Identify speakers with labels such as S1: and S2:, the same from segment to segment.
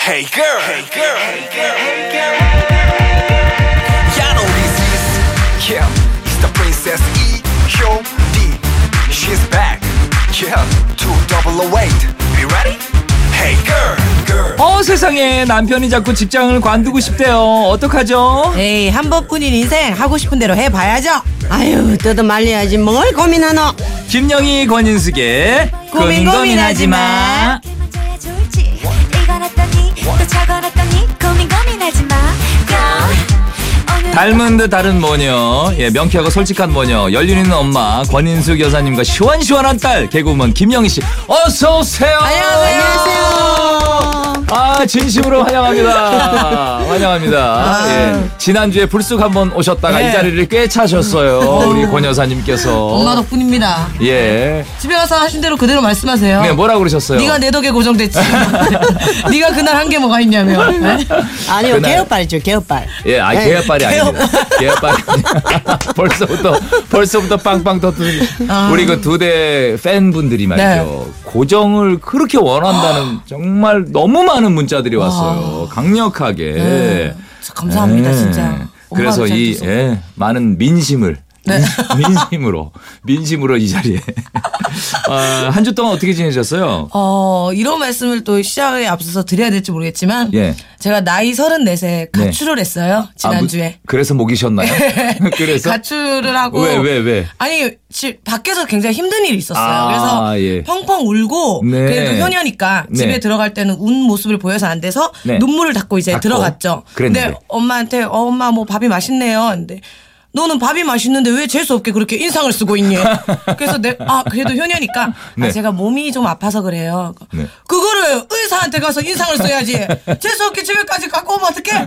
S1: Hey girl, hey girl, hey girl, hey girl. Yeah, I know this is yeah. It's the princess E O D. She's back. Yeah, two double o eight. You ready? Hey girl, girl.
S2: 어 세상에 남편이 자꾸 직장을 관두고 싶대요. 어떡하죠?
S3: 에이 한 번뿐인 인생 하고 싶은 대로 해봐야죠 아유 뜯어 말려야지 뭘 고민하노
S2: 김영희 권인숙의 고민
S3: 고민,
S2: 고민하지
S3: 고민하지
S2: 마.
S3: 마.
S4: 이게 먼저야 좋을지 이건 어떠니 또 저건 어떠니 고민 고민하지 마 Go 오늘
S2: 닮은 듯 다른 모녀, 예, 명쾌하고 솔직한 모녀, 연륜 있는 엄마, 권인숙 여사님과 시원시원한 딸, 개그우먼 김영희 씨, 어서 오세요.
S3: 안녕하세요
S2: 아 진심으로 환영합니다. 환영합니다. 예. 지난주에 불쑥 한번 오셨다가
S3: 아. 예. 음.
S2: 이 자리를 꽤 차셨어요. 우리 권 여사님께서.
S3: 엄마 덕분입니다
S2: 예.
S3: 집에 가서 하신 대로 그대로 말씀하세요
S2: 네, 뭐라 그러셨어요?
S3: 네가 내 덕에 고정됐지 네가 그날 한 게 뭐가 있냐며 네?
S5: 아니요
S2: 그날-
S5: 개업발이죠 개업발
S2: 예, 아, 개야빨이 아닙니다. 개야빨이 아닙니다. 벌써부터, 벌써부터 빵빵 터뜨리
S3: 아.
S2: 우리 그 두 대 팬분들이
S3: 네.
S2: 말이죠. 고정을 그렇게 원한다는
S3: 아.
S2: 정말 너무 많은 문자들이 왔어요. 강력하게.
S3: 네. 감사합니다
S2: 예.
S3: 진짜 엄마가
S2: 그래서
S3: 잘 네.
S2: 이
S3: 줬어.
S2: 예, 많은 민심을 민, 심으로 민심으로 이 자리에 아, 한 주 동안 어떻게 지내셨어요?
S3: 어, 이런 말씀을 또 시작에 앞서서 드려야 될지 모르겠지만
S2: 예. 네.
S3: 제가 나이 34에 가출을 했어요.
S2: 아,
S3: 지난주에.
S2: 무- 그래서 목이셨나요? 그래서
S3: 가출을 하고
S2: 왜, 왜, 왜?
S3: 아니 집 밖에서 굉장히 힘든 일이 있었어요.
S2: 네. 아,
S3: 그래서
S2: 예.
S3: 펑펑 울고
S2: 네.
S3: 그래도 효녀니까
S2: 네.
S3: 집에 들어갈 때는 운 모습을 보여서 안 돼서
S2: 네.
S3: 눈물을 닦고 이제
S2: 닦고
S3: 들어갔죠.
S2: 그랬는데.
S3: 근데 엄마한테 어, 엄마 뭐 밥이 맛있네요. 근데 너는 밥이 맛있는데 왜 재수 없게 그렇게 인상을 쓰고 있니? 그래서 내 아 그래도 효녀니까 아,
S2: 네.
S3: 제가 몸이 좀 아파서 그래요.
S2: 네.
S3: 그거를 의사한테 가서 인상을 써야지. 재수 없게 집에까지 갖고 오면 어떡해?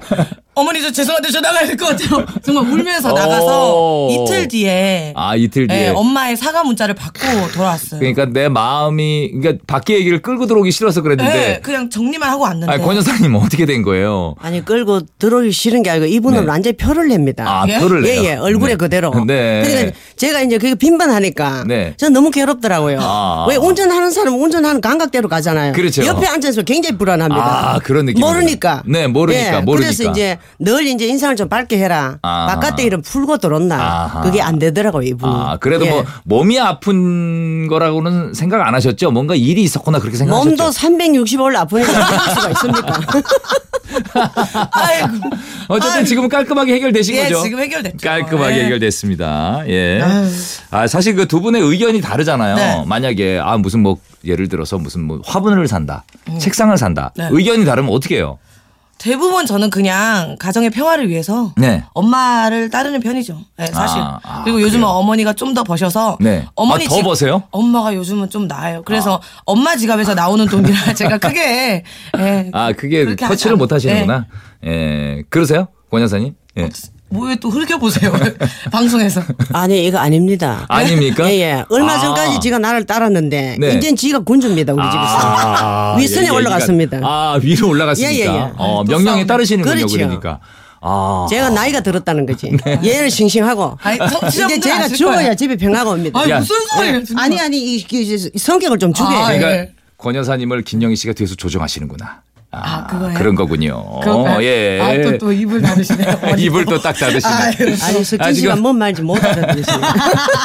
S3: 어머니 저 죄송한데 저 나가야 될 것 같아요. 정말 울면서 나가서
S2: 오.
S3: 이틀 뒤에
S2: 아, 이틀 뒤에.
S3: 예, 엄마의 사과 문자를 받고 돌아왔어요.
S2: 그러니까 내 마음이 그러니까 밖에 얘기를 끌고 들어오기 싫어서
S3: 예,
S2: 그랬는데
S3: 그냥 정리만 하고 왔는데.
S2: 아니, 권 여사님 어떻게 된 거예요?
S5: 아니 끌고 들어오기 싫은 게 아니고 이분은
S2: 네.
S5: 완전히 표를 냅니다
S2: 아,
S3: 예?
S2: 표를 내요.
S5: 예예 얼굴에
S2: 네.
S5: 그대로
S2: 네.
S5: 그러니까 제가 이제 그게 빈번하니까
S2: 네.
S5: 전 너무 괴롭더라고요
S2: 아.
S5: 왜 운전하는 사람은 운전하는 감각대로 가잖아요
S2: 그렇죠.
S5: 옆에 앉아서 굉장히 불안합니다
S2: 아, 그런 느낌이군요.
S5: 모르니까 예,
S2: 네, 모르니까, 모르니까.
S5: 그래서 이제 늘 이제 인상을 좀 밝게 해라
S2: 아하.
S5: 바깥에 이름 풀고 들었나
S2: 아하.
S5: 그게 안 되더라고요 이분
S3: 음,
S2: 아, 그래도
S5: 예.
S2: 뭐 몸이 아픈 거라고는 생각 안 하셨죠? 뭔가 일이 있었거나 그렇게 생각하셨죠?
S5: 예. 몸도 360을 아프니까 그럴 수가 있습니까
S3: 아이고.
S2: 어쨌든
S3: 아유.
S2: 지금은 깔끔하게 해결되신
S3: 예,
S2: 거죠?
S3: 지금 해결됐죠.
S2: 깔끔하게
S3: 예.
S2: 해결됐습니다. 예. 아, 사실 그 두 분의 의견이 다르잖아요.
S3: 네.
S2: 만약에 아 무슨 뭐 예를 들어서 무슨 뭐 화분을 산다, 책상을 산다.
S3: 네.
S2: 의견이 다르면 어떻게 해요?
S3: 대부분 저는 그냥 가정의 평화를 위해서
S2: 네.
S3: 엄마를 따르는 편이죠. 예, 사실.
S2: 아, 아,
S3: 그리고 요즘은 어머니가 좀 더 버셔서
S2: 네.
S3: 어머니
S2: 아, 더
S3: 집-
S2: 버세요?
S3: 엄마가 요즘은 좀 나아요. 그래서 엄마 지갑에서 나오는 돈이라 제가 크게 예,
S2: 아 그게
S3: 그렇게
S2: 터치를
S3: 하지
S2: 못
S3: 않- 네.
S2: 하시는구나. 예. 그러세요, 권 여사님? 예.
S3: 뭐 왜 또 흘겨보세요 방송에서
S5: 아니 이거 아닙니다.
S2: 아닙니까?
S5: 예예. 얼마
S2: 아.
S5: 전까지 지가 나를 따랐는데
S2: 네.
S5: 이젠 지가 군주입니다 우리 집에서.
S2: 아,
S5: 윗선에
S2: 예, 얘기가-
S5: 올라갔습니다.
S2: 아 위로 올라갔습니까?
S5: 예, 예, 예.
S2: 어,
S3: 또
S2: 명령에
S3: 싸우네.
S2: 따르시는군요,
S5: 그렇죠.
S2: 그러니까. 아,
S5: 제가 나이가 들었다는 거지.
S2: 네.
S5: 얘는 싱싱하고
S3: 아니,
S5: 이제
S3: 청취자분들은
S5: 제가
S3: 아실
S5: 죽어야
S3: 거예요.
S5: 집에 평화가 옵니다.
S3: 아니
S2: 야.
S3: 무슨 소리예요 진짜.
S5: 아니 아니 이, 이- 이 성격을 좀 죽여야
S3: 아,
S5: 돼.
S3: 예.
S2: 그러니까 권 여사님을 김영희 씨가 뒤에서 조정하시는구나. 아,
S3: 아, 그거예요?
S2: 런 거군요.
S3: 그런가요?
S2: 예.
S3: 아, 또, 또 입을 닫으시네요.
S2: 입을 또 딱 닫으시네.
S5: 아니
S2: 아,
S5: 석진
S2: 지금-
S5: 씨가 뭔 말인지 못 알아듣겠어요.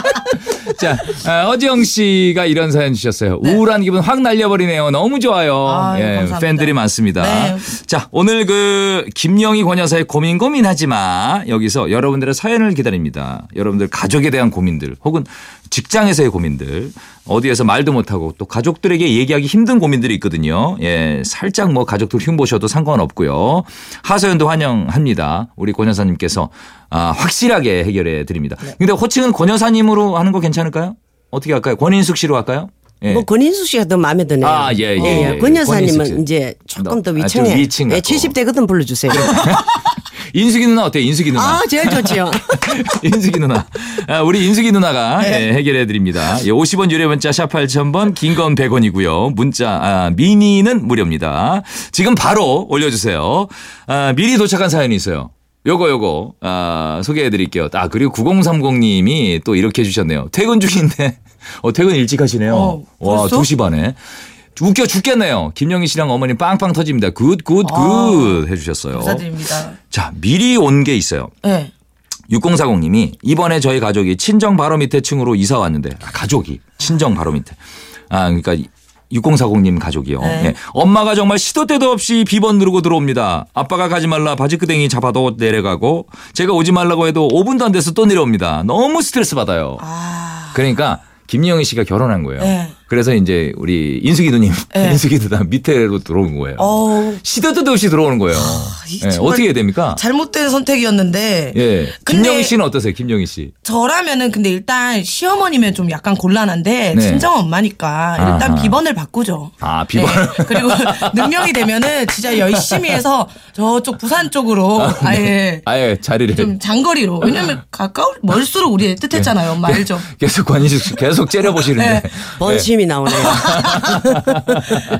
S2: 자, 아, 어지영 씨가 이런 사연 주셨어요.
S5: 네.
S2: 우울한 기분 확 날려버리네요. 너무 좋아요. 예,
S3: 아유, 감사합니다.
S2: 팬들이 많습니다.
S3: 네.
S2: 자, 오늘 그 김영희 권여사의 고민 고민하지 마. 여기서 여러분들의 사연을 기다립니다. 여러분들 가족에 대한 고민들 혹은 직장에서의 고민들 어디에서 말도 못하고 또 가족들에게 얘기하기 힘든 고민들이 있거든요. 예, 살짝 뭐 가족들 흉보셔도 상관없고요. 하소연도 환영합니다. 우리 권여사님께서 아, 확실하게 해결해 드립니다. 근데 호칭은 권여사님으로 하는 거 괜찮을까요? 어떻게 할까요? 권인숙 씨로 할까요? 예.
S5: 뭐 권인수 씨가 더 마음에 드네요.
S2: 아, 예, 예, 예.
S5: 권
S2: 권인숙 씨.
S5: 여사님은 이제 조금 더
S2: 아, 좀
S5: 위층에
S2: 위층
S5: 예,
S2: 같고.
S5: 70대거든 불러주세요.
S2: 인숙이 누나 어때요? 인숙이 누나.
S5: 아 제일
S2: 네.
S5: 좋지요.
S2: 인숙이 누나. 아, 우리 인숙이 누나가
S3: 네.
S2: 예, 해결해 드립니다. 50원 유료 문자 샵 8000번 긴 건 100원이고요. 문자 아, 미니는 무료입니다. 지금 바로 올려 주세요. 아, 미리 도착한 사연이 있어요. 요거 요거 아, 소개해 드릴게요. 아, 그리고 9030 님이 또 이렇게 해 주셨네요. 퇴근 중인데 어, 퇴근 일찍 하시네요.
S3: 어,
S2: 와,
S3: 벌써?
S2: 2시 반에. 웃겨 죽겠네요. 김영희 씨랑 어머니 빵빵 터집니다. 굿, 굿, 굿 해주셨어요.
S3: 아. 감사드립니다.
S2: 자, 미리 온 게 있어요.
S3: 네.
S2: 6040님이 이번에 저희 가족이 친정 바로 밑에 층으로 이사 왔는데 아, 가족이 친정 바로 밑에 아 그러니까 6040님 가족이요.
S3: 네.
S2: 예. 엄마가 정말 시도 때도 없이 비번 누르고 들어옵니다. 아빠가 가지 말라 바지끄댕이 잡아도 내려가고 제가 오지 말라고 해도 5분도 안 돼서 또 내려옵니다. 너무 스트레스 받아요.
S3: 아.
S2: 그러니까 김영희 씨가 결혼한 거예요.
S3: 네.
S2: 그래서 이제 우리 인숙이 누님,
S3: 네.
S2: 인숙이 누나 밑에로 들어온 거예요.
S3: 어우. 아,
S2: 시도 때도 없이 들어오는 거예요.
S3: 이게
S2: 예,
S3: 정말
S2: 어떻게 해야 됩니까?
S3: 잘못된 선택이었는데.
S2: 예.
S3: 근데
S2: 김영희 씨는 어떠세요? 김영희 씨.
S3: 저라면은 근데 일단 시어머니면 좀 약간 곤란한데
S2: 네.
S3: 친정 엄마니까 일단
S2: 아하.
S3: 비번을 바꾸죠.
S2: 아, 비번.
S3: 네. 그리고 능력이 되면은 진짜 열심히 해서 저쪽 부산 쪽으로 아예
S2: 네. 아예 아. 자리를
S3: 좀 장거리로 왜냐면 가까울 멀수록 우리의 뜻했잖아요. 엄마 알죠?
S2: 계속 관인식 씨 계속 째려보시는데.
S3: 네.
S5: 번심이 나오네요.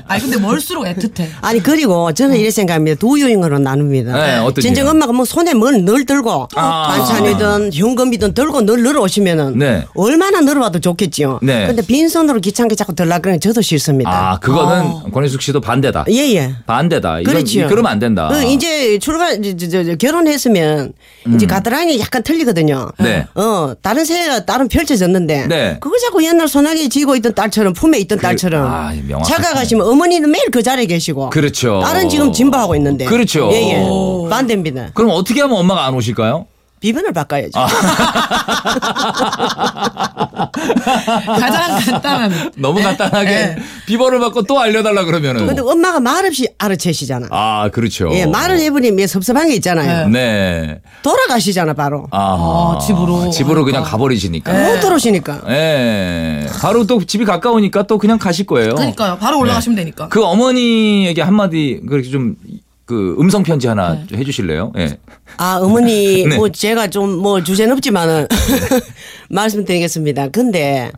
S3: 아니 근데 멀수록 애틋해.
S5: 아니 그리고 저는 이래 생각합니다. 두 요인으로 나눕니다.
S2: 네, 어떤
S5: 진정
S2: 요인?
S5: 엄마가 뭐 손에 뭘 늘 들고
S2: 아.
S5: 반찬이든 현금이든 들고 늘 늘어오시면은
S2: 네.
S5: 얼마나 늘어와도 좋겠지요.
S2: 네.
S5: 근데 빈손으로 귀찮게 자꾸 들라 그러니 저도 싫습니다.
S2: 아, 그거는 권인숙 씨도 반대다.
S5: 예예.
S2: 반대다. 이건
S5: 그렇죠.
S2: 그러면 안 된다.
S5: 어, 이제 출발 저, 저, 저, 저, 결혼했으면 이제 가드라인이 약간 틀리거든요.
S2: 음. 네.
S5: 어 다른 새가 다른 펼쳐졌는데
S2: 네.
S5: 그걸 자꾸 옛날 소나기 지고 있던 딸처럼 품에 있던 딸처럼
S2: 아, 명확하시네.
S5: 착각하시면 어머니는 매일 그 자리에 계시고
S2: 그렇죠.
S5: 딸은 지금 진보하고 있는데
S2: 그렇죠.
S5: 예예 반대입니다.
S2: 그럼 어떻게 하면 엄마가 안 오실까요?
S5: 비번을 바꿔야죠.
S2: 아.
S3: 가장 간단한.
S2: 너무 간단하게
S3: 예.
S2: 비번을 받고 또 알려달라 그러면은.
S5: 근데 엄마가 말없이 알아채시잖아.
S2: 아, 그렇죠.
S5: 예 말을 해버리면 섭섭한 게 있잖아요.
S2: 네.
S5: 돌아가시잖아 네. 바로
S2: 아,
S3: 아, 집으로.
S2: 집으로 그냥
S3: 그러니까.
S2: 가버리시니까.
S5: 못 들어오시니까.
S2: 예. 바로 또 집이 가까우니까 또 그냥 가실 거예요.
S3: 그러니까요. 바로 올라가시면 되니까.
S2: 그 어머니에게 한마디 그렇게 좀 그 음성 편지 하나 좀 해주실래요? 예.
S5: 아, 어머니,
S2: 네.
S5: 뭐 제가 좀 뭐 주제는 없지만은 말씀드리겠습니다. 근데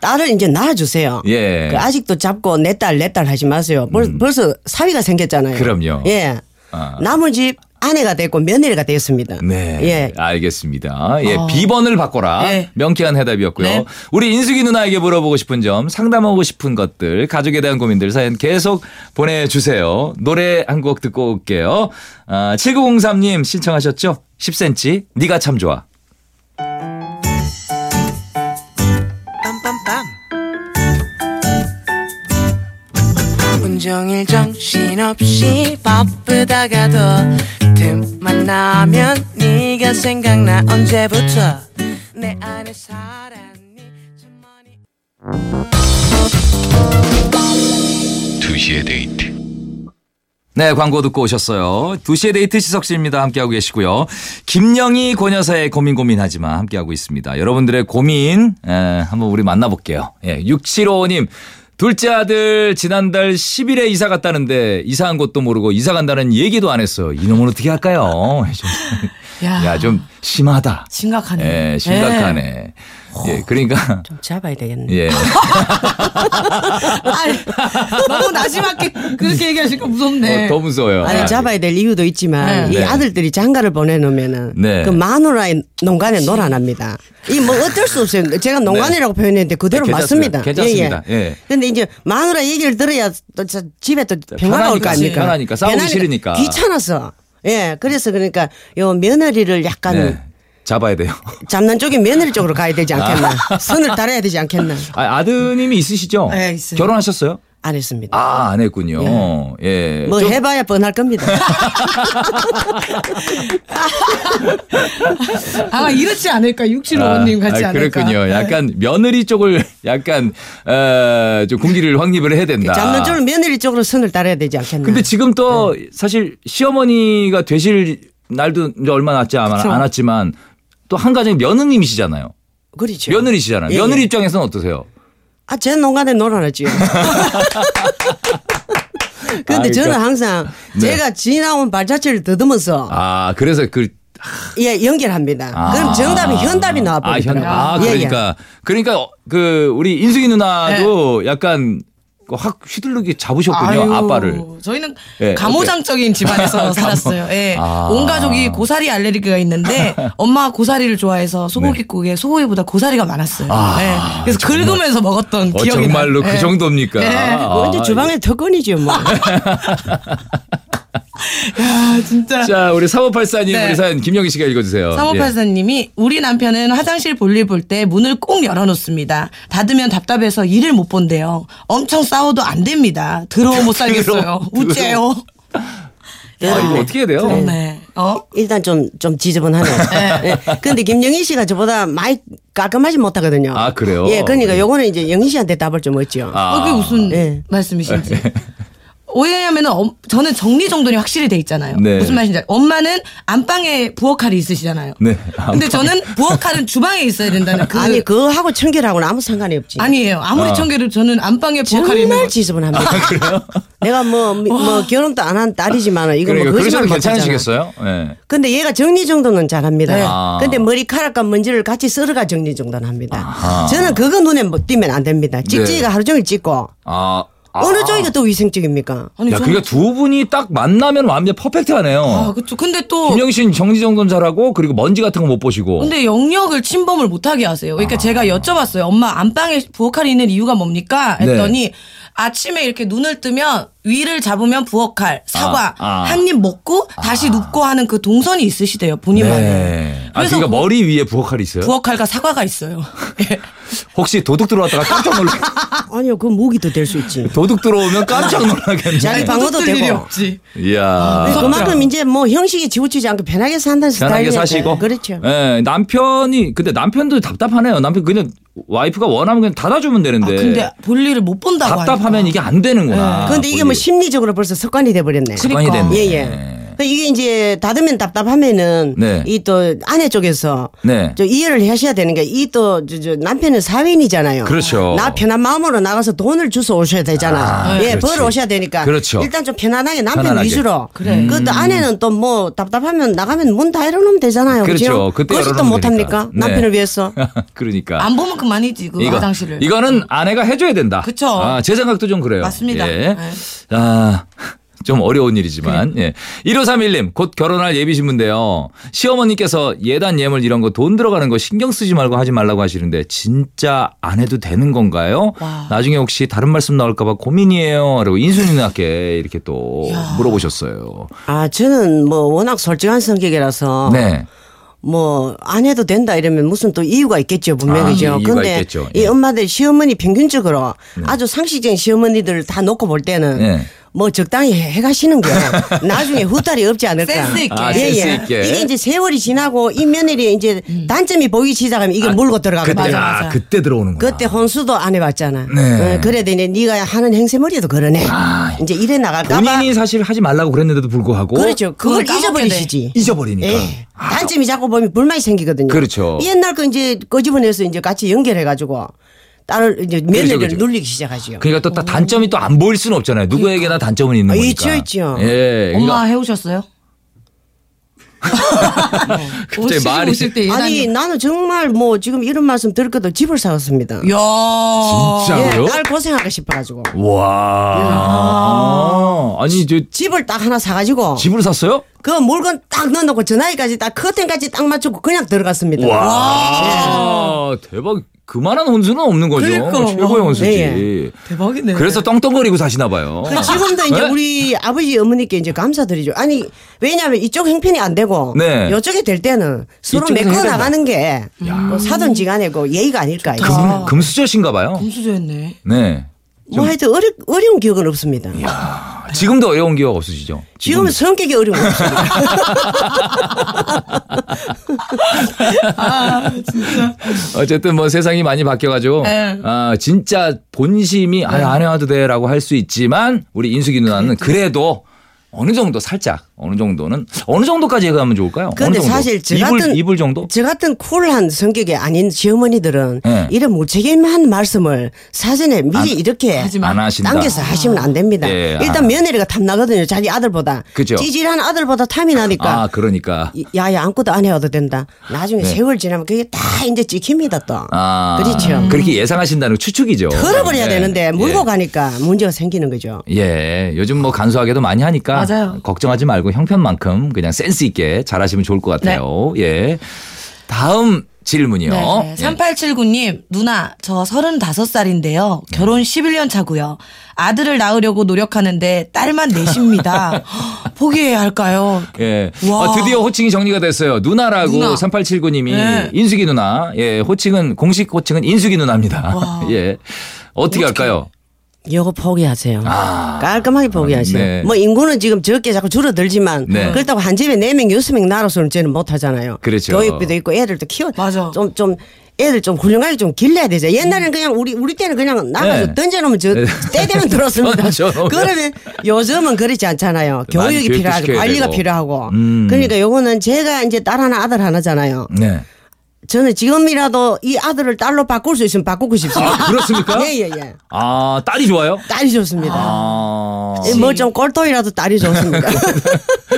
S5: 딸을 이제 낳아주세요.
S2: 예. 음.
S5: 그 아직도 잡고 내 딸, 내 딸 하지 마세요. 벌, 벌써 사위가 생겼잖아요.
S2: 그럼요.
S5: 예.
S2: 아.
S5: 남은 집 아내가 됐고 며느리가 됐습니다.
S2: 네.
S5: 예. 어.
S2: 알겠습니다. 예. 비번을 바꿔라.
S3: 네.
S2: 명쾌한 해답이었고요.
S3: 네.
S2: 우리 인숙이 누나에게 물어보고 싶은 점, 상담하고 싶은 것들, 가족에 대한 고민들 사연 계속 보내주세요. 노래 한 곡 듣고 올게요. 아, 7903님 신청하셨죠? 10cm. 네가 참 좋아.
S6: 온종일 정신없이 바쁘다가도 틈만 나면 네가 생각나 언제부터 내 안에 사랑이 참 많이
S7: 2시의 데이트
S2: 네, 광고 듣고 오셨어요. 2시의 데이트 시석 씨입니다. 함께하고 계시고요. 김영희 권여사의 고민 고민하지마 함께하고 있습니다. 여러분들의 고민 에, 한번 우리 만나볼게요. 예, 6755님. 둘째 아들 지난달 10일에 이사 갔다는데 이사한 것도 모르고 이사 간다는 얘기도 안 했어요. 이놈은 어떻게 할까요?
S3: 야.
S2: 야, 좀 심하다.
S3: 심각하네. 어,
S2: 예, 심각하네. 예, 그러니까
S5: 좀 잡아야 되겠네.
S2: 예.
S3: 아니, 너무 나지막게 그렇게 얘기하시니까 무섭네.
S2: 어, 더 무서워요.
S5: 아니,
S2: 아,
S5: 잡아야 될 이유도 있지만 이
S3: 네.
S2: 네.
S5: 아들들이 장가를 보내놓으면은
S2: 네.
S5: 그 마누라의 농간에 놀아납니다. 이 뭐 어쩔 수 없어요. 제가 농간이라고 표현했는데 그대로
S2: 네, 괜찮습니다.
S5: 맞습니다.
S2: 괜찮습니다. 예.
S5: 근데 이제 마누라 얘기를 들어야 또 자- 집에 또
S2: 편하니까,
S5: 평화가 올 거 아닙니까?
S2: 편하니까, 싸우기
S5: 편하니까,
S2: 싫으니까.
S5: 귀찮아서. 예. 그래서 그러니까 요 며느리를 약간
S2: 네. 잡아야 돼요.
S5: 잡는 쪽에 며느리 쪽으로 가야 되지 않겠나. 선을 달아야 되지 않겠나.
S2: 아, 아드님이 있으시죠?
S3: 네, 있어요.
S2: 결혼하셨어요?
S5: 안 했습니다.
S2: 아, 안 했군요. 예.
S5: 뭐
S2: 좀-
S5: 해봐야 뻔할 겁니다.
S3: 아, 이렇지 않을까. 6755님 같이
S2: 아,
S3: 않을까.
S2: 그렇군요. 약간 며느리 쪽을 약간 어, 좀 군기를 확립을 해야 된다.
S5: 예, 잡는 쪽은 음. 며느리 쪽으로 선을 달아야 되지 않겠나.
S2: 근데 지금 또 사실 시어머니가 되실 날도 이제 얼마 남지 않- 않았지만 또 한 가정의 며느님이시잖아요.
S5: 그렇죠.
S2: 며느리시잖아요.
S5: 예, 예.
S2: 며느리 입장에서는 어떠세요?
S5: 아, 제 농간에 놀아놨지요. 근데
S2: 아,
S5: 저는
S2: 그러니까.
S5: 항상 제가 지나온 발자취를 더듬어서
S2: 아, 그래서 그
S5: 예 연결합니다.
S2: 아.
S5: 그럼 정답이 현답이 예, 나와
S2: 아, 현,
S5: 버리더라고요. 예.
S2: 아, 그러니까. 그러니까 어, 그 우리 인숙이 누나도 약간 확 휘둘르게 잡으셨군요 아빠를
S3: 저희는
S2: 예,
S3: 가모장적인 집안에서 살았어요. 예.
S2: 아.
S3: 온 가족이 고사리 알레르기가 있는데 엄마가 고사리를 좋아해서 소고기국에 소고기보다 고사리가 많았어요.
S2: 네. 아,
S3: 예. 그래서 긁으면서 먹었던
S2: 어,
S3: 기억이
S2: 정말로
S3: 나요.
S2: 그
S3: 예.
S2: 정도입니까?
S3: 네.
S2: 아,
S5: 뭐 이제 주방에 특권이죠 뭐.
S3: 야, 진짜.
S2: 자, 우리 3584님
S3: 네.
S2: 우리 사연 김영희 씨가 읽어주세요. 예.
S3: 사모팔사님이 우리 남편은 화장실 볼일 볼 때 문을 꼭 열어놓습니다. 닫으면 답답해서 일을 못 본대요. 엄청 싸워도 안 됩니다. 더러워 못 살겠어요.
S2: 더러워.
S3: 우째요.
S2: 아, 이거 어떻게 해야 돼요?
S3: 네. 어?
S5: 일단 좀, 좀 지저분하네요. 네. 근데 김영희 씨가 저보다 많이 깔끔하지 못하거든요.
S2: 아, 그래요?
S5: 예, 그러니까 요거는 이제 영희 씨한테 답을 좀 얻죠.
S2: 아. 예.
S3: 어, 그게 무슨
S5: 네.
S3: 말씀이신지. 왜냐하면 은 저는 정리정돈이 확실히 돼 있잖아요.
S2: 네.
S3: 무슨 말인지 알죠? 엄마는 안방에 부엌칼이 있으시잖아요.
S2: 네,
S3: 근데 저는 부엌칼은 주방에 있어야 된다는 그
S5: 아니, 그거하고 청결하고는 아무 상관이 없지.
S3: 아니에요. 아무리 청결해도 저는 안방에 부엌칼이 있는
S5: 정말
S3: 거.
S5: 지저분합니다.
S2: 아,
S5: 내가 뭐, 미- 뭐 결혼도 안 한 딸이지만 이거
S2: 그러니까
S5: 뭐
S2: 그러셔도
S5: 거짓말 못 하잖아.
S2: 괜찮으시겠어요? 예.
S5: 근데 얘가 정리 정도는 잘합니다.
S2: 아.
S5: 근데 머리카락과 먼지를 같이 썰어가 정리 정도는 합니다. 저는 그거 눈에 못 띄면 안 됩니다. 찍찍이가 하루 종일 찍고
S2: 아, 네. 아.
S5: 어느 쪽이가 더 위생적입니까?
S3: 아니,
S2: 야,
S3: 저는-
S2: 그러니까 두 분이 딱 만나면 완전 퍼펙트하네요.
S3: 아, 그쵸. 근데 또
S2: 김영희 씨는 정지정돈 잘하고 그리고 먼지 같은 거 못 보시고.
S3: 근데 영역을 침범을 못하게 하세요.
S2: 아.
S3: 그러니까 제가 여쭤봤어요. 엄마 안방에 부엌칼이 있는 이유가 뭡니까? 했더니
S2: 네.
S3: 아침에 이렇게 눈을 뜨면 위를 잡으면 부엌칼, 사과,
S2: 아.
S3: 한 입 먹고 다시 눕고 하는 그 동선이 있으시대요. 본인만의.
S2: 네. 아,
S3: 그래서
S2: 그러니까
S3: 뭐
S2: 머리 위에 부엌칼이 있어요?
S3: 부엌칼과 사과가 있어요. 예.
S2: 혹시 도둑 들어왔다가 깜짝 놀라
S5: 아니요, 그 무기도 될 수 있지.
S2: 도둑 들어오면 깜짝 놀라겠네.
S5: 자기 방어도
S3: 뜯을 일이
S5: 되고.
S3: 없지.
S2: 이야.
S3: 아, 네.
S5: 그만큼 이제 뭐 형식에 지우치지 않고 편하게 산다는
S2: 아. 편하게
S5: 스타일이니까.
S2: 사시고.
S5: 그렇죠.
S2: 예, 남편이 근데 남편도 답답하네요. 남편 그냥 와이프가 원하면 그냥 닫아주면
S3: 아,
S2: 되는데.
S3: 근데 볼일을 못 본다고
S2: 네. 답답하면
S3: 하니까.
S2: 이게 안 되는구나.
S5: 그런데 이게 뭐 심리적으로 벌써 습관이 돼버렸네.
S2: 습관이
S3: 그러니까.
S2: 됐네.
S5: 예, 예. 그 이게 이제 닫으면 답답하면은
S2: 네.
S5: 이 또 아내 쪽에서
S2: 네.
S5: 좀 이해를 하셔야 되는 게 이 또 남편은 사회인이잖아요.
S2: 그렇죠.
S5: 나 편한 마음으로 나가서 돈을 주워 오셔야 되잖아.
S2: 아,
S5: 예,
S2: 그렇지.
S5: 벌 오셔야 되니까.
S2: 그렇죠.
S5: 일단 좀 편안하게 남편
S2: 편안하게.
S5: 위주로.
S3: 그래. 음.
S5: 그것도 아내는 또 뭐 답답하면 나가면 문 다 열어놓으면 되잖아요.
S2: 그렇죠.
S5: 그죠?
S2: 그때
S5: 것이 또
S2: 열어놓으면
S5: 못합니까?
S2: 되니까. 네.
S5: 남편을 위해서.
S2: 그러니까.
S3: 안 보면 그만이지 그 화장실을.
S2: 이거는 아내가 해줘야 된다.
S3: 그쵸.
S2: 아, 제 생각도 좀 그래요.
S3: 맞습니다.
S2: 예.
S3: 네.
S2: 아, 좀 어려운 일이지만. 예. 1531님, 곧 결혼할 예비신부인데요. 시어머니께서 예단 예물 이런 거 돈 들어가는 거 신경 쓰지 말고 하지 말라고 하시는데 진짜 안 해도 되는 건가요? 나중에 혹시 다른 말씀 나올까봐 고민이에요. 라고 인순이 누나께 이렇게 또 물어보셨어요.
S5: 아, 저는 뭐 워낙 솔직한
S3: 어.
S5: 성격이라서.
S2: 네.
S5: 뭐 안 해도 된다 이러면 무슨 또 이유가 있겠죠
S2: 아,
S5: 분명히죠.
S2: 이유가
S5: 근데
S2: 있겠죠.
S5: 이
S2: 예. 네.
S5: 엄마들 시어머니 평균적으로 아주 상식적인 시어머니들 다 놓고 볼 때는
S2: 예.
S5: 뭐 적당히 해- 해가시는 게 나중에 후달이 없지 않을까. 예,
S3: 센스 있게. 아,
S2: 센스 있게.
S5: 이게 이제 세월이 지나고 이 며느리 이제
S3: 음.
S5: 단점이 보이기 시작하면 이게 물고
S2: 그때,
S5: 들어가거든요.
S2: 아,
S3: 맞아.
S2: 그때 들어오는 거야.
S5: 그때 혼수도 안 해봤잖아.
S2: 네. 아.
S5: 어, 그래 되니 네가 하는 행세머리도 그러네. 이제 이래 나갈까봐.
S2: 본인이 사실 하지 말라고 그랬는데도 불구하고
S5: 그렇죠. 그걸
S3: 그걸 까먹게
S5: 잊어버리시지.
S2: 잊어버리니까.
S5: 예. 단점이 자꾸 보면 불만이 생기거든요.
S2: 그렇죠.
S5: 옛날 거 이제 꺼집어내서 이제 같이 연결해가지고 딸을 이제 며느리를
S2: 그렇죠.
S5: 눌리기 시작하지요.
S2: 그러니까 또 다- 단점이 또 안 보일 수는 없잖아요. 누구에게나 단점은 있는
S5: 어. 아,
S2: 거니까.
S5: 있죠, 있죠.
S2: 예.
S3: 엄마
S2: 그러니까
S3: 해오셨어요?
S2: 갑자기
S3: 오실-
S2: 말이-
S3: 오실 때 예단이.
S5: 아니 나는 정말 뭐 지금 이런 말씀 들을거도 집을 사왔습니다.
S3: 야.
S2: 진짜로요?
S5: 예, 딸 고생하고 싶어가지고
S2: 와.
S5: 예.
S2: 아니 저
S5: 집을 딱 하나 사가지고
S2: 집을 샀어요?
S5: 그 물건 딱 넣어놓고 전화기까지 딱 커튼까지 딱 맞추고 그냥 들어갔습니다. 아. 예.
S2: 와. 아, 대박. 그만한 혼수는 없는 거죠.
S3: 그러니까.
S2: 최고의 혼수지.
S5: 예,
S3: 대박이네.
S2: 그래서 떵떵거리고 사시나 봐요.
S5: 그 지금도 이제
S2: 네?
S5: 우리 아버지 어머니께 이제 감사드리죠. 아니 왜냐하면 이쪽 행편이 안 되고
S2: 네.
S5: 이쪽에 될 때는 서로
S2: 이쪽에서 해야
S5: 메꿔
S2: 된다.
S5: 나가는 게 사든지 간에 그 예의가 아닐까. 이제.
S2: 금, 금수저신가 봐요.
S3: 금수저였네.
S2: 네.
S5: 뭐 하여튼 어려, 어려운 기억은 없습니다.
S2: 아, 지금도 어려운 기억 없으시죠?
S5: 지금은 성격이 어려운 거 없습니다.
S2: 어쨌든 뭐 세상이 많이 바뀌어가지고
S3: 네.
S2: 아 진짜 본심이 아안 해도 돼라고 할 수 있지만 우리 인숙이 누나는 그래도 어느 정도 살짝 어느 정도는 어느 정도까지 얘기하면 좋을까요? 어느
S5: 근데
S2: 정도?
S5: 사실 저
S2: 이불
S5: 같은
S2: 이불 정도?
S5: 저 같은 쿨한 성격이 아닌 시어머니들은
S2: 네.
S5: 이런 무책임한 말씀을 사전에 미리
S2: 안-
S5: 이렇게
S3: 하지 마.
S2: 안 하신다.
S5: 당겨서 하시면 안 됩니다.
S2: 예,
S5: 일단
S2: 아.
S5: 며느리가 탐나거든요. 자기 아들보다.
S2: 그죠.
S5: 찌질한 아들보다 탐이 나니까.
S2: 아 그러니까
S5: 이- 야야 아무것도 안 해도 된다. 나중에
S2: 네.
S5: 세월 지나면 그게 다 이제 찍힙니다 또.
S2: 아
S5: 그렇죠.
S2: 그렇게 예상하신다는 거 추측이죠.
S5: 털어버려야
S2: 예.
S5: 되는데
S2: 예.
S5: 물고 가니까 문제가 생기는 거죠.
S2: 예, 요즘 뭐 간소하게도 많이 하니까
S3: 맞아요.
S2: 걱정하지 말고 형편만큼 그냥 센스 있게 잘하시면 좋을 것 같아요.
S5: 네.
S2: 예, 다음 질문이요.
S3: 네, 네. 3879님, 누나, 저 35살인데요. 결혼 11년 차고요. 아들을 낳으려고 노력하는데 딸만 넷입니다. 포기해야 할까요?
S2: 예.
S3: 와.
S2: 아, 드디어 호칭이 정리가 됐어요. 누나라고
S3: 누나.
S2: 3879님이
S3: 예.
S2: 인숙이 누나. 예, 호칭은 공식 호칭은 인숙이 누나입니다.
S3: 와.
S2: 예. 어떻게 할까요?
S5: 요거 포기하세요. 깔끔하게 포기하세요.
S2: 아. 네.
S5: 뭐 인구는 지금 적게 자꾸 줄어들지만
S2: 네.
S5: 그렇다고 한 집에 네 명 여섯 명 나눠서는 저는 못 하잖아요.
S2: 그렇죠.
S5: 교육비도 있고 애들도 키워.
S3: 맞아. 음.
S5: 좀 좀 애들 좀 훌륭하게 좀 길러야 되죠. 옛날에는 그냥 우리 우리 때는 그냥 나가서
S2: 네.
S5: 던져놓으면 저
S2: 네.
S5: 때되면 들었습니다.
S2: 던져놓으면.
S5: 그러면 요즘은 그렇지 않잖아요.
S2: 많이
S5: 교육이
S2: 교육도
S5: 필요하고
S2: 시켜야
S5: 관리가
S2: 되고.
S5: 필요하고.
S2: 음.
S5: 그러니까 요거는 제가 이제 딸 하나 아들 하나잖아요.
S2: 네.
S5: 저는 지금이라도 이 아들을 딸로 바꿀 수 있으면 바꾸고 싶습니다.
S2: 아, 그렇습니까?
S5: 예, 예, 예.
S2: 아, 딸이 좋아요?
S5: 딸이 좋습니다.
S2: 아.
S5: 뭐 좀 꼴통이라도 딸이 좋습니다.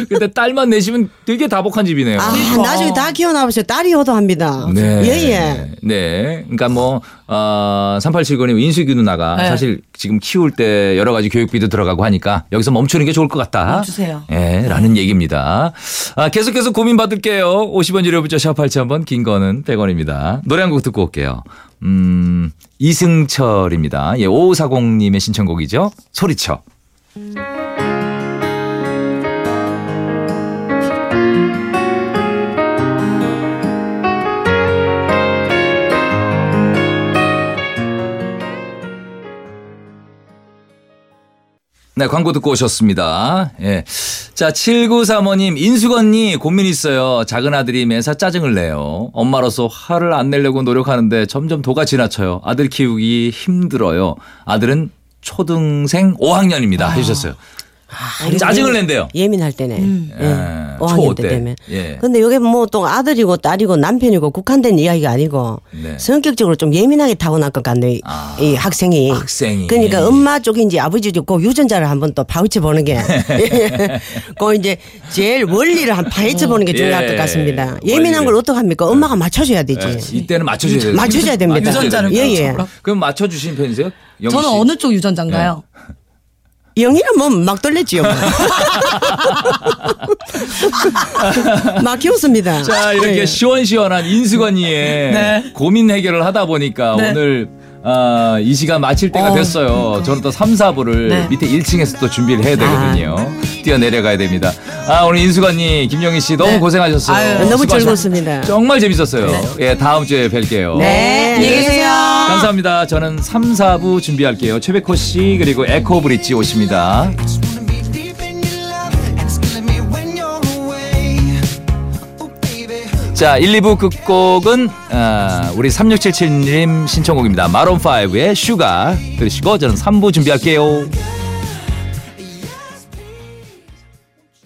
S2: 근데 딸만 내시면 되게 다복한 집이네요.
S5: 아,
S3: 그러니까.
S5: 나중에 다 키워나보세요. 딸이 효도합니다.
S2: 네.
S5: 예, 예.
S2: 네. 그러니까 뭐, 어, 3879님 인수기 누나가
S3: 네.
S2: 사실 지금 키울 때 여러 가지 교육비도 들어가고 하니까 여기서 멈추는 게 좋을 것 같다.
S3: 멈추세요.
S2: 예, 라는 얘기입니다. 아, 계속해서 고민 받을게요. 50원 유료 부자 샵 8000번, 긴 거는 100원입니다. 노래 한 곡 듣고 올게요. 음, 이승철입니다. 예, 5540님의 신청곡이죠. 소리쳐. 네, 광고 듣고 오셨습니다. 예. 자, 7935님, 인숙 언니, 고민 있어요. 작은 아들이 매사 짜증을 내요. 엄마로서 화를 안 내려고 노력하는데 점점 도가 지나쳐요. 아들 키우기 힘들어요. 아들은 초등생 5학년입니다. 해주셨어요. 짜증을 낸대요.
S5: 아, 예민할 때네.
S3: 음.
S5: 예.
S2: 예,
S5: 오
S2: 초오
S5: 학년
S2: 때.
S5: 때 되면.
S2: 예.
S5: 근데 이게 뭐 또 아들이고 딸이고 남편이고 국한된 이야기가 아니고
S2: 네.
S5: 성격적으로 좀 예민하게 타고난 것 같네. 이-
S2: 아,
S5: 이 학생이.
S2: 학생이. 예,
S5: 그러니까 엄마 쪽인지 아버지 쪽꼭 그 유전자를 한번 또 파헤쳐 보는 게. 그 이제 제일 원리를 한 파헤쳐 보는 게 중요할
S2: 예.
S5: 것 같습니다.
S2: 원리를. 예,
S5: 예민한 걸 어떡합니까? 엄마가 맞춰줘야 되지.
S2: 이때는 맞춰줘야 돼요.
S5: 맞춰줘야 됩니다.
S3: 유전자를
S5: 예, 예.
S3: 그렇죠.
S2: 그럼 맞춰주신 편이세요? 영희
S3: 저는
S2: 씨?
S3: 어느 쪽 유전자인가요?
S5: 영희는 뭐 막 떨렸지요. 막 키웠습니다.
S2: 자 이렇게
S5: 예.
S2: 시원시원한 인수건이의
S3: 네.
S2: 고민 해결을 하다 보니까
S3: 네.
S2: 오늘 아, 이 시간 마칠 때가
S3: 어,
S2: 됐어요. 저는 또 3, 4부를
S3: 네. 아.
S2: 밑에 1층에서 또 준비를 해야 되거든요. 뛰어내려가야 됩니다. 아 오늘 인수건이 김영희 씨 너무
S3: 네.
S2: 고생하셨어요.
S3: 아유, 네.
S5: 너무
S2: 수고하셨-
S5: 즐거웠습니다.
S2: 정말 재밌었어요. 예 다음 주에 뵐게요.
S5: 네.
S3: 안녕히 계세요.
S2: 감사합니다. 저는 3, 4부 준비할게요. 최백호 씨 그리고 에코 브릿지 오십니다.
S7: just wanna be deep in your love, and it's killing me when you're away. Oh baby.
S2: 자, 1, 2부 끝곡은 어, 우리 3677님 신청곡입니다. 마론5의 슈가 들으시고 저는 3부 준비할게요.